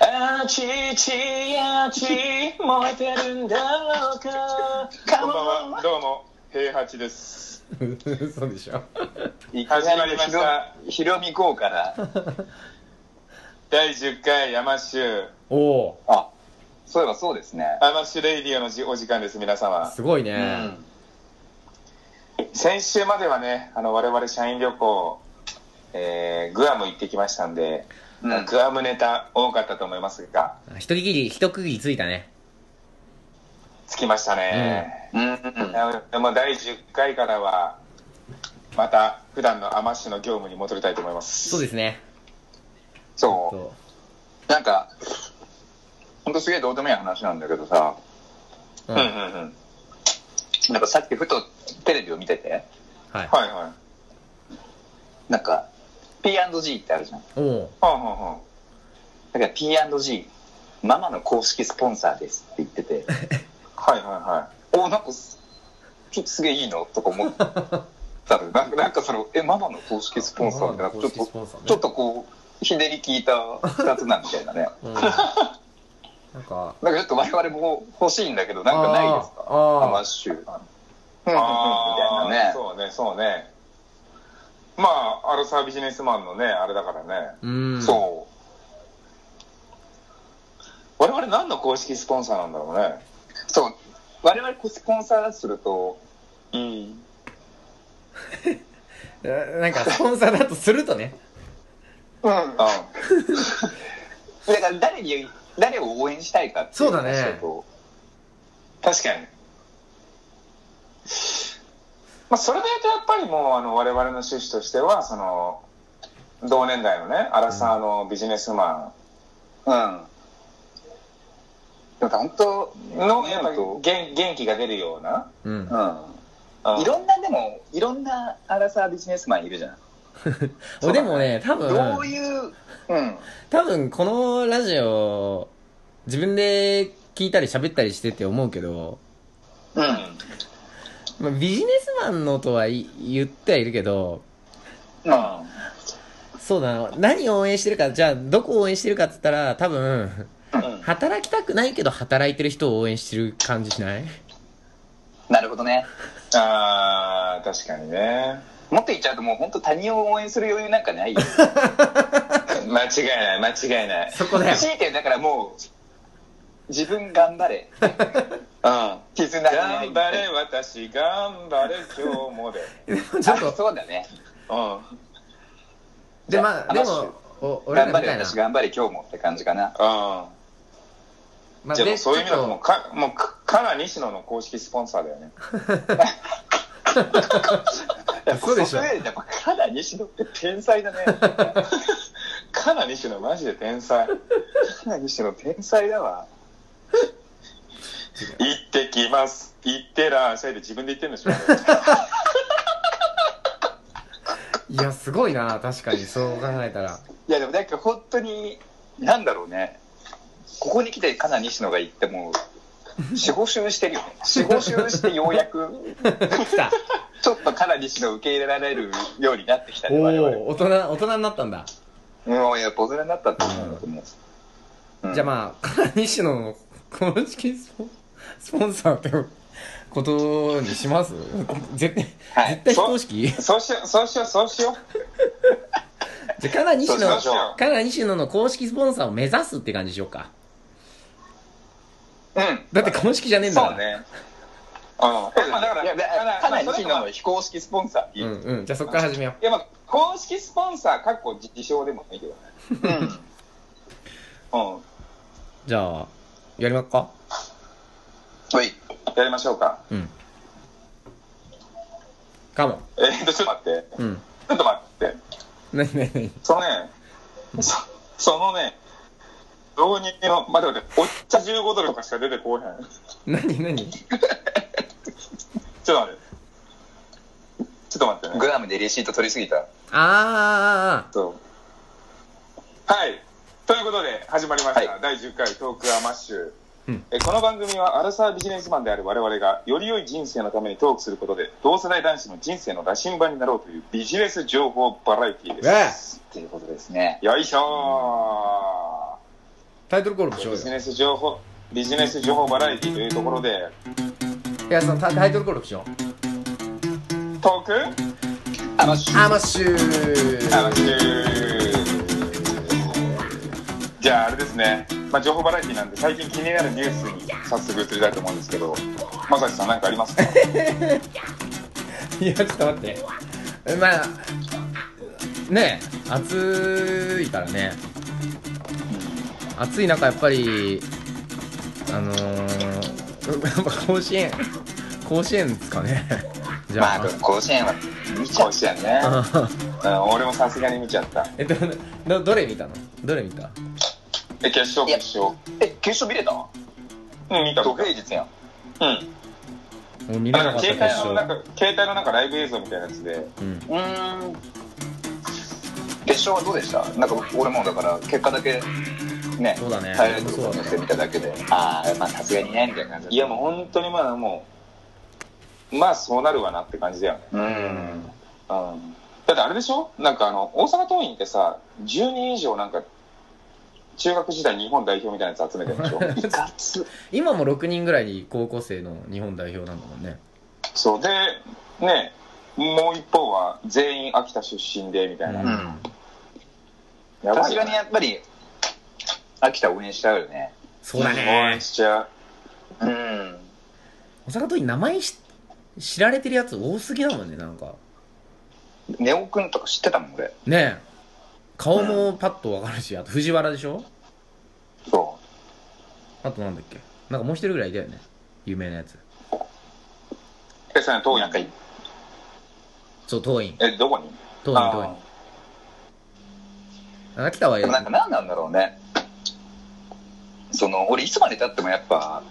あちちあち燃えてるんだろうかこんばんは、どうも、平八です。 そうでしょいき始なまりりまのひしろたひろみこうから第10回山州、おおあそういえばそうですね山州レイディオのじお時間です、皆様。すごいうね、ん先週まではね、あの、我々社員旅行、えー、グアム行ってきましたんで、うんグアムネタ多かったと思いますが、あ一区切り一区切りついたねつきましたね。うんでも第10回からは、また普段の天州の業務に戻りたいと思います。そうですねそうそなんかほんとすげえどうでもいい話なんだけどさう、う、うんんうんうはいん。なんかさっきふとテレビを見ててはいはい。なんか P&G ってあるじゃんおおほうほうほう。だから P&G ママの公式スポンサーですって言ってて はいはいはい。おなんかすちょっとすげえいいのと か思ったのなんかなんかそのえママの公式スポンサーってなんかちょっとちょっとこうひねり聞いた2つなみたいな ね うん、なんかなんかちょっと我々も欲しいんだけどなんかないですかあアーマあッーシュみたいあなーねそうね、そうね。まあ、アルサービジネスマンのね、あれだからね。うんそう。我々何の公式スポンサーなんだろうね。そう我々こうスポンサーするとうん。ななんかスポンサーだとするとねうんだから誰に誰を応援したいかっていそうだね話と確かに。まあ、それで言うとやっぱりもう、あの、我々の趣旨としては、その、同年代のね、アラサーのビジネスマうんでも本当ンの、やっぱりうん元元気が出るような。うんうんいろんなでもいろんなアラサービジネスマンいるじゃん、俺でもね多分どういううん多分このラジオ自分で聞いたり喋ったりしてて思うけど、ううんん。まあ、ビジネスマンのとは言言ってはいるけどうんそうだな何を応援してるかじゃあどこを応援してるかっつったら多分うん働きたくないけど働いてる人を応援してる感じしないなるほどねあー、確かにね。もっと言っちゃうともう本当他人を応援する余裕なんかないよ 間違いない、間違いない。そこだよ強いてだからもう自分頑張れうん。絆に頑張れ、私、頑張れ、今日もで。ちょっあとそうだねうん。でまあで話もお俺ら頑張みれたいな私頑張れ今日もって感じかなうん。まあじゃあもでうそういう意味だとちょもうっか、もうか、かな西野の公式スポンサーだよね。そうでしょやっぱれやっぱかなり西野って天才だ ねかかな西野マジで天才。行なり西野天才だわってきます。行ってらっしゃいで自分で言ってるんでしょ。いやすごいな確かにそう考えたらいやでもなんか本当になんだろうねここに来てかなり西野が行っても45周してるよね45周してようやく 来たちょっとかなり西野を受け入れられるようになってきたおね我々お大人大人になったんだ、もうやっぱ大人になったと思うんだと思う、うんじゃあまあから西野の公式スポンスポンサーってことにします 絶対、はい絶対非公式そうしよう、そうしよう、そうしよじゃあ、かな西そ野、うしましょうかな西野の公式スポンサーを目指すって感じしようか。うんだって公式じゃねえんだかそら。うねう。うん。まあだからいや、だから、かなりまあ西それ野とのもい非公式スポンサーうんうん。じゃあそっから始めよや、まあ、公式スポンサー、かっこ自称でもいいけどね。うん。うん。う。じゃあ、やりますかはいやりましょうか。うん。かも。えーっと、ちょっと待って。うん。ちょっと待って。なになになにそのね、そそのね、導入の、まあ、だって、お茶15ドルとかしか出てこうへん。なになにちょっと待って。ちょっと待ってね。グアムでレシート取りすぎたあーあーあーあそうはい。ということで、始まりました。は第10回トークアマッシュ。うんえこの番組はアラサービジネスマンである我々がより良い人生のためにトークすることで同世代男子の人生の羅針盤になろうというビジネス情報バラエティーです。っていうことですねよいしょタイトルコールもしようビよジネス情報、ビジネス情報バラエティというところで、いやそのタタイトルコールしようトークあのしアマッシュー楽しじゃああれですね、まあ、情報バラエティなんで最近気になるニュースに早速移りたいと思うんですけどまさしさん何かありますか いやちょっと待ってえまあねえ暑いからね暑い中やっぱりあのー、 やっぱ甲子園甲子園ですかね じまあゃあでも甲子園は見ちゃ甲う子園ね、あうん、俺もさすがに見ちゃった えっとどどれ見たのどれ見たえ決勝決勝え決勝見れたうん見た土僕うん平日やんもう見れあななんかかった決携帯のなん勝、か携帯のなんかライブ映像みたいなやつでうん、うーん決勝はどうでしたなんか俺もだから結果だけねそうだねハイライトとか見てみただけでああまあさすがにねみたいな感じいやもう本当にまだもうまあそうなるわなって感じだよねううんうんだってあれでしょなんかあの大阪桐蔭ってさ10人以上なんか中学時代日本代表みたいなやつ集めてるでしょ いかつ今も6人ぐらい高校生の日本代表なんだもんねそうでねもう一方は全員秋田出身でみたいな、ううんんやばさすいがよにねやっぱり秋田応援しちゃうよねそうだ応ね援しちゃううん大阪桐蔭名前し知られてるやつ多すぎだもんねなんかネオくんとか知ってたもん俺ねえ顔もパッとわかるしあと藤原でしょそあとなんだっけなんかもう一人ぐらいいたよね有名なやつうでさね桐なんか蔭そう桐蔭えどこに桐蔭あ桐蔭秋田はでもなんか何なんだろうねその俺いつまでたってもやっぱ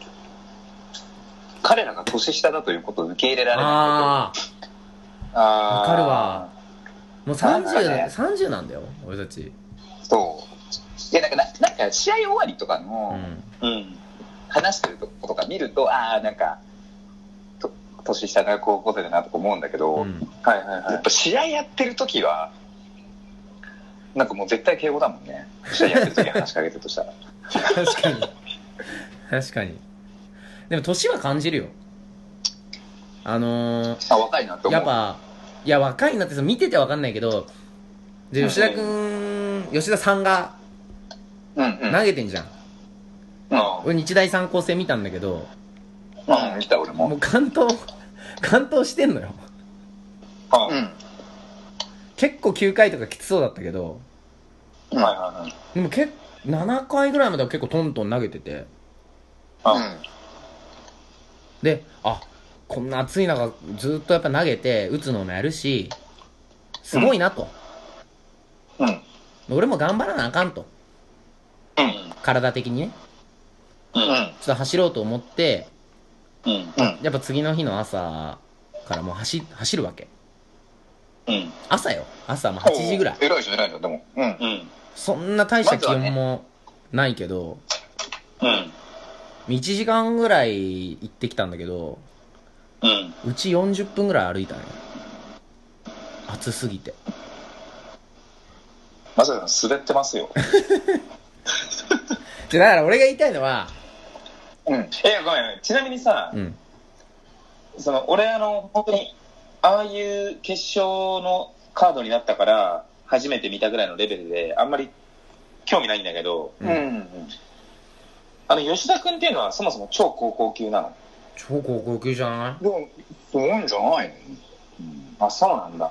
彼らが年下だということを受け入れられないああーあーわかるわもうな30んかね三十なんだよ俺たちことそういやなんかななんか試合終わりとかうのんうん話してるとことか見ると、ああなんかと年下が高校生だなとか思うんだけど、 うんはいはいはやっいぱ試合やってる時はなんかもう絶対敬語だもんね試合やってる時に話しかけてるとしたら確かに確かにでも年は感じるよあのあ若いなってー、思うやっぱいや若いなってその見ててわかんないけどでうん吉田君吉田さんがうんうん投げてんじゃん、うん俺日大三高戦見たんだけどうん見た俺ももう完投 完投してんのよあうん結構9回とかきつそうだったけどうんはいはいはいでも結7回ぐらいまでは結構トントン投げててあであこんな暑い中ずっとやっぱ投げて打つのもやるしすごいなと、うんうん俺も頑張らなあかんとうん体的にねうんうんちょっと走ろうと思ってうんうんやっぱ次の日の朝からもう走走るわけうん朝よ朝もう8時ぐらいおー偉いじゃん偉いじゃんでもうんうんそんな大した気まずは温ねもないけど、うん1時間ぐらい行ってきたんだけどうんうち40分ぐらい歩いたね暑すぎてまささん滑ってますよじゃあだから俺が言いたいのは うんえごめんちなみにさ、うんその俺あの本当にああいう決勝のカードになったから初めて見たぐらいのレベルであんまり興味ないんだけどうんうんあの吉田君っていうのはそもそも超高校級なの超高校級じゃないでもそういうんじゃないのあそうなんだ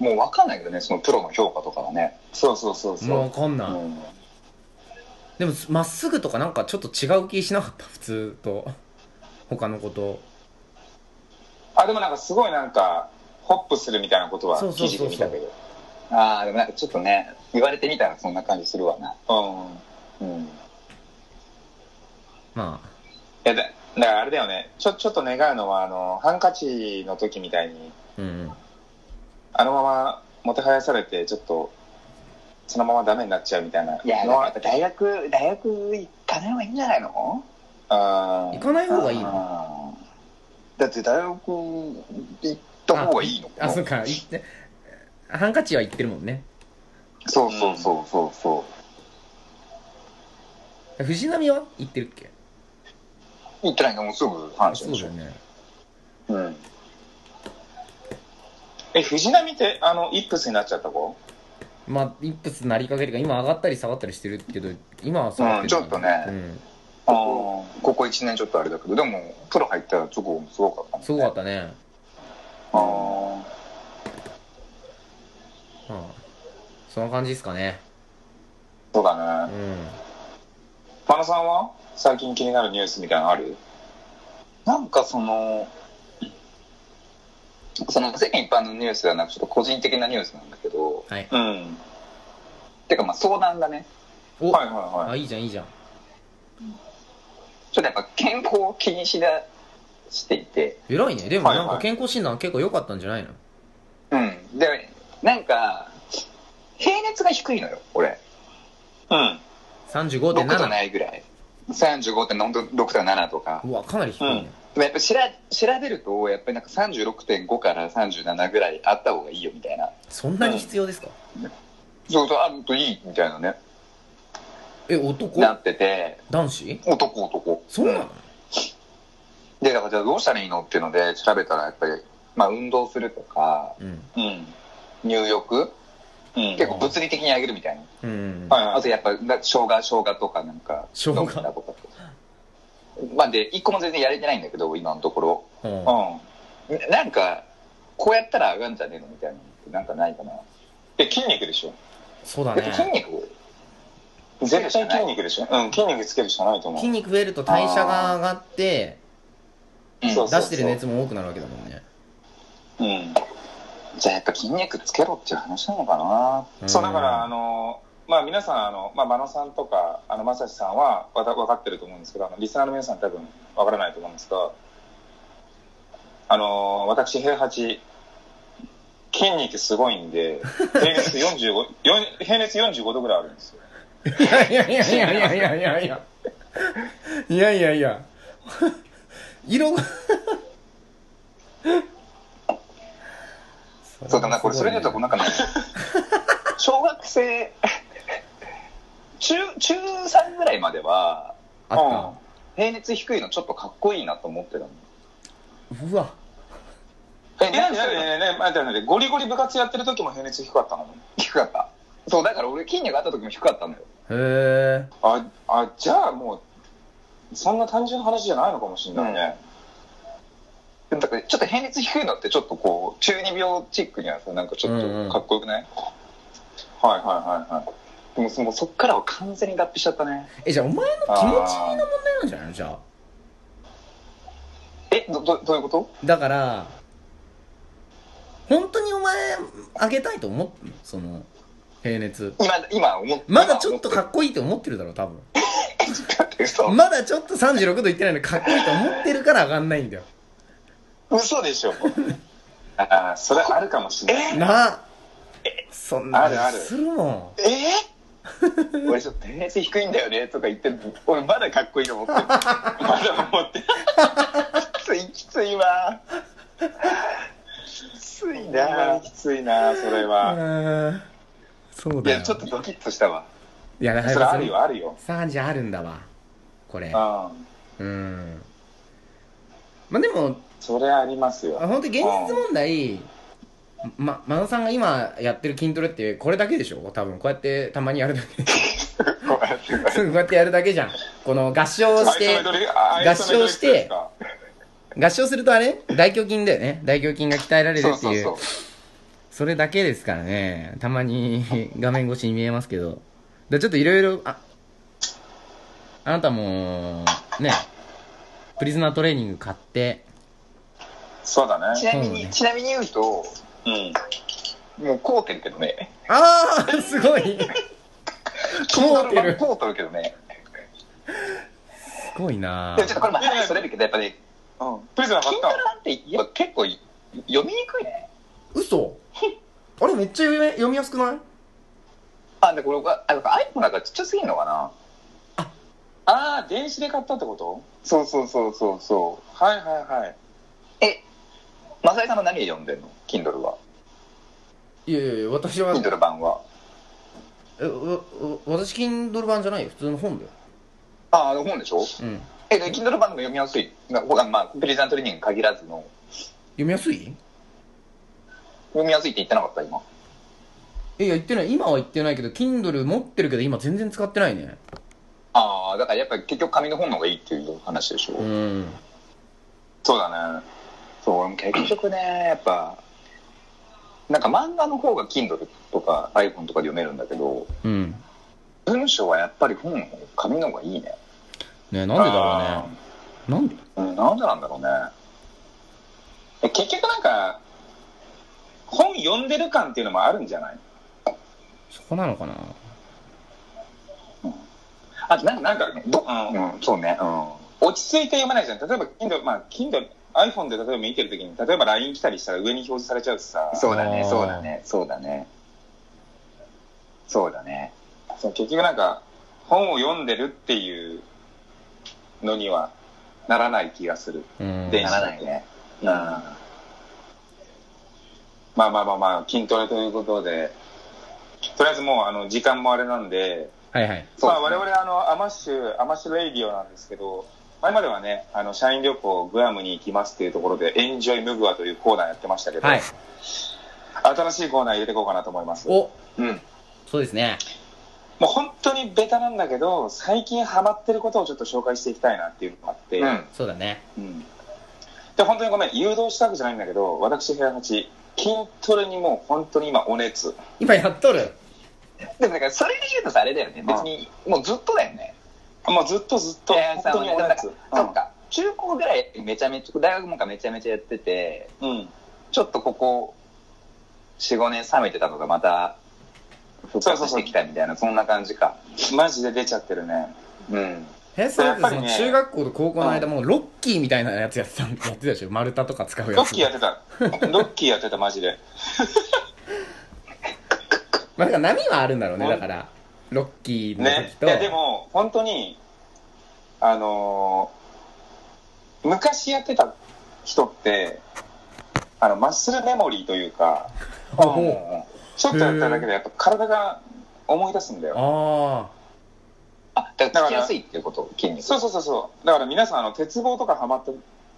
もう分かんないけどねそのプロの評価とかはねそうそうそうそう、もうわかんない、うんでもまっすぐとかなんかちょっと違う気しなかった普通と他のことあでもなんかすごいなんかホップするみたいなことはそうそ記うそう事そうで見たけどああでもなんかちょっとね言われてみたらそんな感じするわなうんうんまいやだだからあれだよねちょちょっと願うのはあのハンカチの時みたいにあうんうんあのままもてはやされてちょっとそのままダメになっちゃうみたいないいやのはやっぱ大学大学行かない方がいいんじゃないのあー行かない方がいいののだって大学行った方がいいのかあなそうか言ってハンカチは言ってるもんねそうそうそうそうそう藤波は行ってるっけ行ってないからもうすぐ阪神そうでだしょよ。ね。うん。え、藤波って、あの、イップスになっちゃった子まあ、一発なりかけるか、今上がったり下がったりしてるけど、今は下がってる、うんちょっとねうん。あここ1年ちょっとあれだけど、でも、プロ入った直後もすごかったもんね。すごかったね。あ。ああ。うん。そんな感じですかね。そううだね。ん。パナさんは最近気になるニュースみたいなのあるなんかその、その世間一般のニュースではなく、ちょっと個人的なニュースなんだけど、はい。うん。てかまあ相談がね、お、はいはいはあ、い。いいじゃん、いいじゃん。ちょっとやっぱ健康を気にしだしていて、偉いね。でもはいなはいんか健康診断結構良かったんじゃないの、うん。で、なんか、平熱が低いのよ、俺。うん。 6と ?35.7。ないぐらい。35.6とか7とか。うわ、かなり低いね。でもやっぱ調調べると、やっぱりなんか36.5から37ぐらいあった方がいいよみたいな。そんなに必要ですか、そうそう、あるといいみたいなね、え、男なってて、男子男男。そうなの、で、だからじゃあどうしたらいいのっていうので調べたら、やっぱり、まあ運動するとか、うん、うん。入浴、うん。結構物理的に上げるみたいな。うん。うん。はいはい。あとやっぱ、な生姜、生姜とかなんか、生姜飲むんだとか。まあで、一個も全然やれてないんだけど、今のところ。うんうん。ななんか、こうやったら上がるんじゃねえのみたいなのってなんかないかな。え、筋肉でしょそうだだって筋ね。肉絶対筋肉でしょうん、筋肉つけるしかないと思筋う。肉増えると代謝が上がって、そそうう出してる熱も多くなるわけだもんね。うん。じゃあやっぱ筋肉つけろっていう話なのかなそう、だから、あの、の、まあ皆さん、あの、まあ、真野さんとか、あの、まさしさんはわた分かってると思うんですけど、あの、リスナーの皆さん多分分からないと思うんですが、あの、私、平八、筋肉すごいん で、平熱45、よん平熱45度ぐらいあるんですよ。いやいやいやいやいやいやいや。いやいやいや。色が。そうだな、これ、それで言うと、なんかね、小学生、中、中3ぐらいまでは、あっ平熱低いのちょっとかっこいいなと思ってたの。た。うわ。ええ、なんで、なんで、なんで、なんで、なんで、ゴリゴリ部活やってる時も平熱低かったの低かった。そう、だから俺筋肉あった時も低かったのよ。へあ、あ、じゃあもう、そんな単純な話じゃないのかもしれないね。でもだからちょっと平熱低いのってちょっとこう、中二病チックにはさ、なんかちょっうんうんとかっこよくない、はいはいはいはい。でもそもうそっからは完全に脱皮しちゃったね。え。え、じゃあお前の気持ちの問題なんじゃないのじゃあ。え、ど、どどういうことだから、本当にお前、あげたいと思ってんのその、平熱。今、今思っまだちょっとかかっこいいと思ってるだろ、多分。嘘。まだちょっと36度いってないのにかっこいいと思ってるから上がんないんだよ。嘘でしょああそれあるかもしれないなあ。そんなあるあるするもえー俺ちょっと平熱低いんだよねとか言って俺まだかっこいいと思ってるまだ思ってるきついきついわきついいやなーきついなそれん。はうんそういだよ。やちょっとドキッとしたわいや、だそれあるよあるよ3時あるんだわ。これう。んうん。まあでも、それありますよ本当に現実問題、ま、真野さんが今やってる筋トレってこれだけでしょ多分こうやってたまにやる だけ。こうやってすぐこうやってやるだけじゃん。この合唱合して、合合唱して合唱するとあれ大胸筋だよね。大胸筋が鍛えられるそうってそういう。そうそれだけですからね。たまに画面越しに見えますけど。でちょっといろいろ、あ、あなたも、ね、プリズナートレーニング買って、そうだちねなみに、うんちなみに言うとうんもうこうてるけどねああすごいこうてるこうとるけどねすごいなでもちょっとこれも話それるけどやっぱねうんプリズナ買筋っトレたなんてやっぱ結構い読みにくいね嘘あれめっちゃ読め読みやすくないあでこれあなんか iPhone なんかちっちゃすぎんのかなああ電子で買ったってことそうそうそうそうそうはいはいはいえ、マサイさんは何で読んでんの Kindle は。いやいやいや私は Kindle 版は。えわわ私 Kindle 版じゃないよ普通の本だよあ、あの本でしょうん。え、で、Kindle 版の方が読みやすい。まあほか、まあ、プレゼントリーニング限らずの、読みやすい読みやすいって言ってなかった、今。え、いや、言ってない。今は言ってないけど、Kindle 持ってるけど、今全然使ってないね。ああ、だからやっぱり結局紙の本の方がいいっていう話でしょ。うん。そうだね。そう、俺も結局ね、やっぱ、なんか漫画の方が Kindle とか iPhone とかで読めるんだけど、うん。文章はやっぱり本、紙の方がいいね。ねなんでなんだろうね。なんでうね。うん、なんでなんだろうね。え結局なんか、本読んでる感っていうのもあるんじゃないそこなのかなあとなんか、なんかね、ど、うん、そうね、うん。落ち着いて読まないじゃん。例えば、Kindle、まあ、Kindle、iPhone で例えば見てるときに、例えば LINE 来たりしたら上に表示されちゃうしさ。そうだあねーそうだねそうだねそうだねそう結局なんか、本を読んでるっていうのにはならない気がする。うん。電な子らないねうん。まあまあまあまあ、筋トレということで、とりあえずもう、あの、時間もあれなんで、はいはい。まあ、我々あのアマッシュアマッシュレイディオなんですけど前まではねあの社員旅行グアムに行きますっていうところで「エンジョイムグア」というコーナーやってましたけど、はい。新しいコーナー入れていこうかなと思いますもううおんそうですね。本当にベタなんだけど最近ハマってることをちょっと紹介していきたいなっていうのがあって、うんそうだね。うんで本当にごめん誘導したわけじゃないんだけど私部屋八筋トレにもう本当に今お熱今やっとる。でもだからそれで言うとさあれだよね別にもうずっとだよねもうずっとずっといや本当にお熱そうそっか中高ぐらいめちゃめちゃ大学もかめちゃめちゃやっててうんうんちょっとここ45年冷めてたのがまた復活してきたみたいなそんな感じかマジで出ちゃってるねうんえ、それっやてそっぱのりね中学校と高校の間もうロッキーみたいなやつやってた、やってたでしょ丸太とか使うやつ。ロッキーやって たロッキーやってたマジでまあ、だから波はあるんだろうね、うんだから。ロッキーのねい時、と。やでも本当にあのー昔やってた人ってあのマッスルメモリーというかあうんうんうんちょっとやっただけでやっぱ体が思い出すんだよああだからつきやすいっていうこと筋肉そうそうそうそうだから皆さんあの鉄棒とかハマった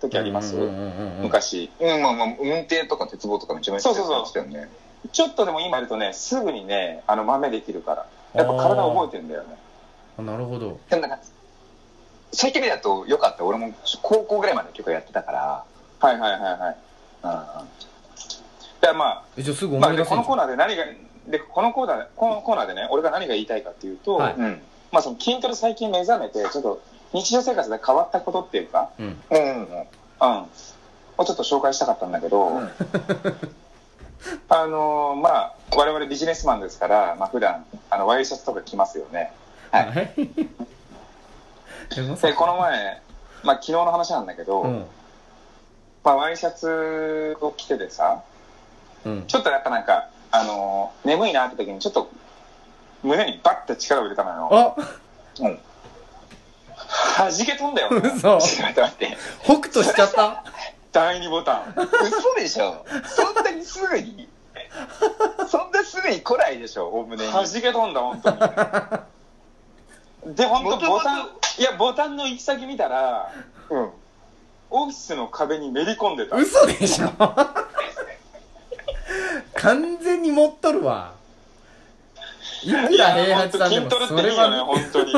時あ。あります、うんうんうんうん昔うんまあまあ運転とか鉄棒とかめちゃめちゃそうそうそうやってたよねちょっとでも今やるとねすぐにねあの豆できるからやっぱ体覚えてるんだよねあなるほど。でもなんかそういう意味だとよかった俺も高校ぐらいまで結構やってたかはいはいはいはいらうんだからまあえ、じゃあすぐまあ、思いで出こせるのコーナーで何がでこのコーナーこのコーナーでね俺が何が言いたいかっていうと、はいうんまあ、その筋トレ最近目覚めてちょっと日常生活で変わったことっていうか、うん。うんうんううん、をちんょっと紹介したかったんだけど、うんあのーまあ我々ビジネスマンですから、まあ普段あのワイシャツとか着ますよねはいい。 でもさでこの前、まあ、昨日の話なんだけど、うん。まあ、ワイシャツを着ててさうん。ちょっとやっぱなんか、あのー眠いなって時にちょっと胸にバッて力を入れたのよあ弾け飛ん だよ、ね、嘘ちょっと待って 北斗しちゃった第二ボタン嘘でしょそんなにすぐにそんなすぐに来ないでしょおおむねに弾け飛んだ本当にで本当ボタン元いやボタンの行き先見たらうんオフィスの壁にめり込んでた嘘でしょ完全に持っとるわ。いいくらや本平八当さんで筋もトレっていそいれよねは、本当に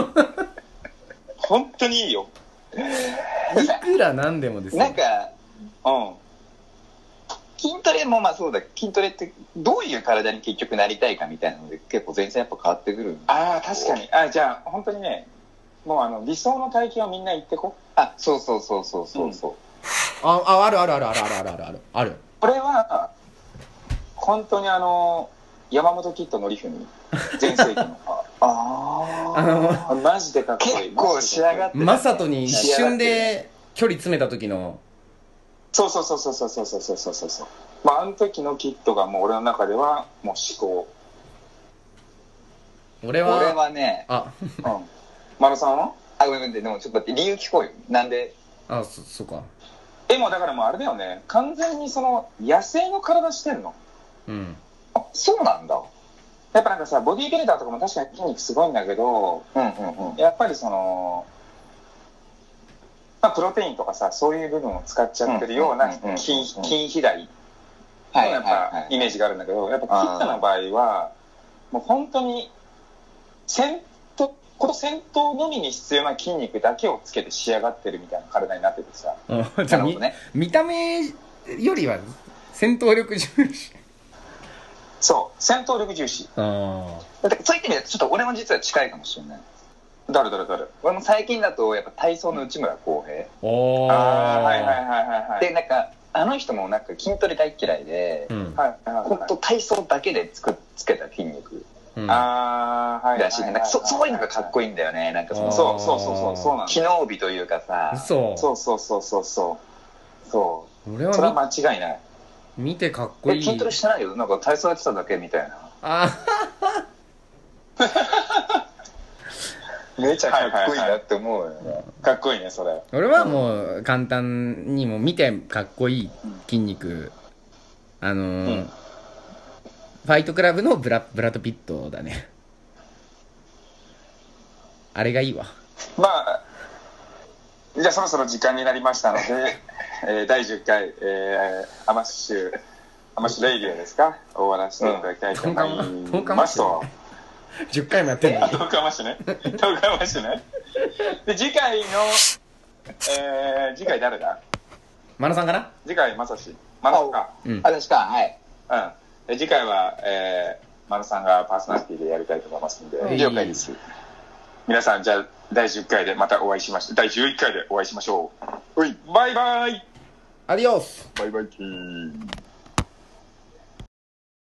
本当にいいよいくらなんでもですなんね。かう筋トレもまあそうだ筋トレってどういう体に結局なりたいかみたいなので結構全然やっぱ変わってくるんああ確かにあじゃあ本当にねもうあの理想の体型をみんな言ってこあそうそうそうそうそうそう、あ、あ、あるあるあるあるあるあるあるある。ある。これは本当にあの山本キッドのりふみ全盛期の ああの、あマジでかっこいい結構仕上がってマサトに一瞬で距離詰めた時の、そうそうそうそうそうそうそうそうそうそうまああの時のキットがもう俺の中ではもう至高俺は、俺はねあ、うんマロさんはあごめんごめんでもちょっと待って理由聞こうよなんであ、そ、そうか。えもうだからもうあれだよね完全にその野生の体してんのうん。あそうなんだやっぱなんかさボディービルダーとかも確かに筋肉すごいんだけどうんうんうんやっぱりそのまあ、プロテインとかさ、そういう部分を使っちゃってるようなうんうんうんうん筋筋肥大はいやっはいはぱいイメージがあるんだけど、やっぱキッタの場合は、もう本当に戦闘、この戦闘のみに必要な筋肉だけをつけて仕上がってるみたいな体になっててさ、うんじなるゃあほみどね見た目よりは戦闘力重視そう、戦闘力重視。あだってそういった意味ではちょっと俺も実は近いかもしれない誰誰誰俺も最近だとやっぱ体操の内村航平、あおーああー、はいはいはいはいはい。でなんかあの人もなんか筋トレ大嫌いで、うんはいはいはい本当体操だけでつくつけた筋肉うんああ、はいはいらしいねなんかそそういうのがかっこいいんだよねなんかそのあーそうそうそうそう、そうなんだ機能美というかさ嘘そうそうそうそうそう。そう。俺それはは間違いない。見見てかっこいえい筋トレしてないけどなんか体操やってただけみたいなあめちゃかっこいいなって思うよね、かっこいいね、それ。俺はもう簡単にもう見てかっこいい筋肉あのーうんファイトクラブのブラブラッド・ピットだねあれがいいわまあ、じゃあそろそろ時間になりま したので、えー第10回、えーアマッシュ、アマッシュレイディオですか終わらせていただきたいと思うんいますと。 10回もやってんのあトークアマッシュね。トークアマッシュね。で、次回の、えー次回誰だマナさんかな次回、まさし。まさか。うん私かはいうん。で次回は、えー、マルさんがパーソナリティでやりたいと思いますので、はい了解です皆さん、じゃあ、第10回でまたお会いしましょう。第11回でお会いしましょう。うい、バイバイアディオスバイバイキー。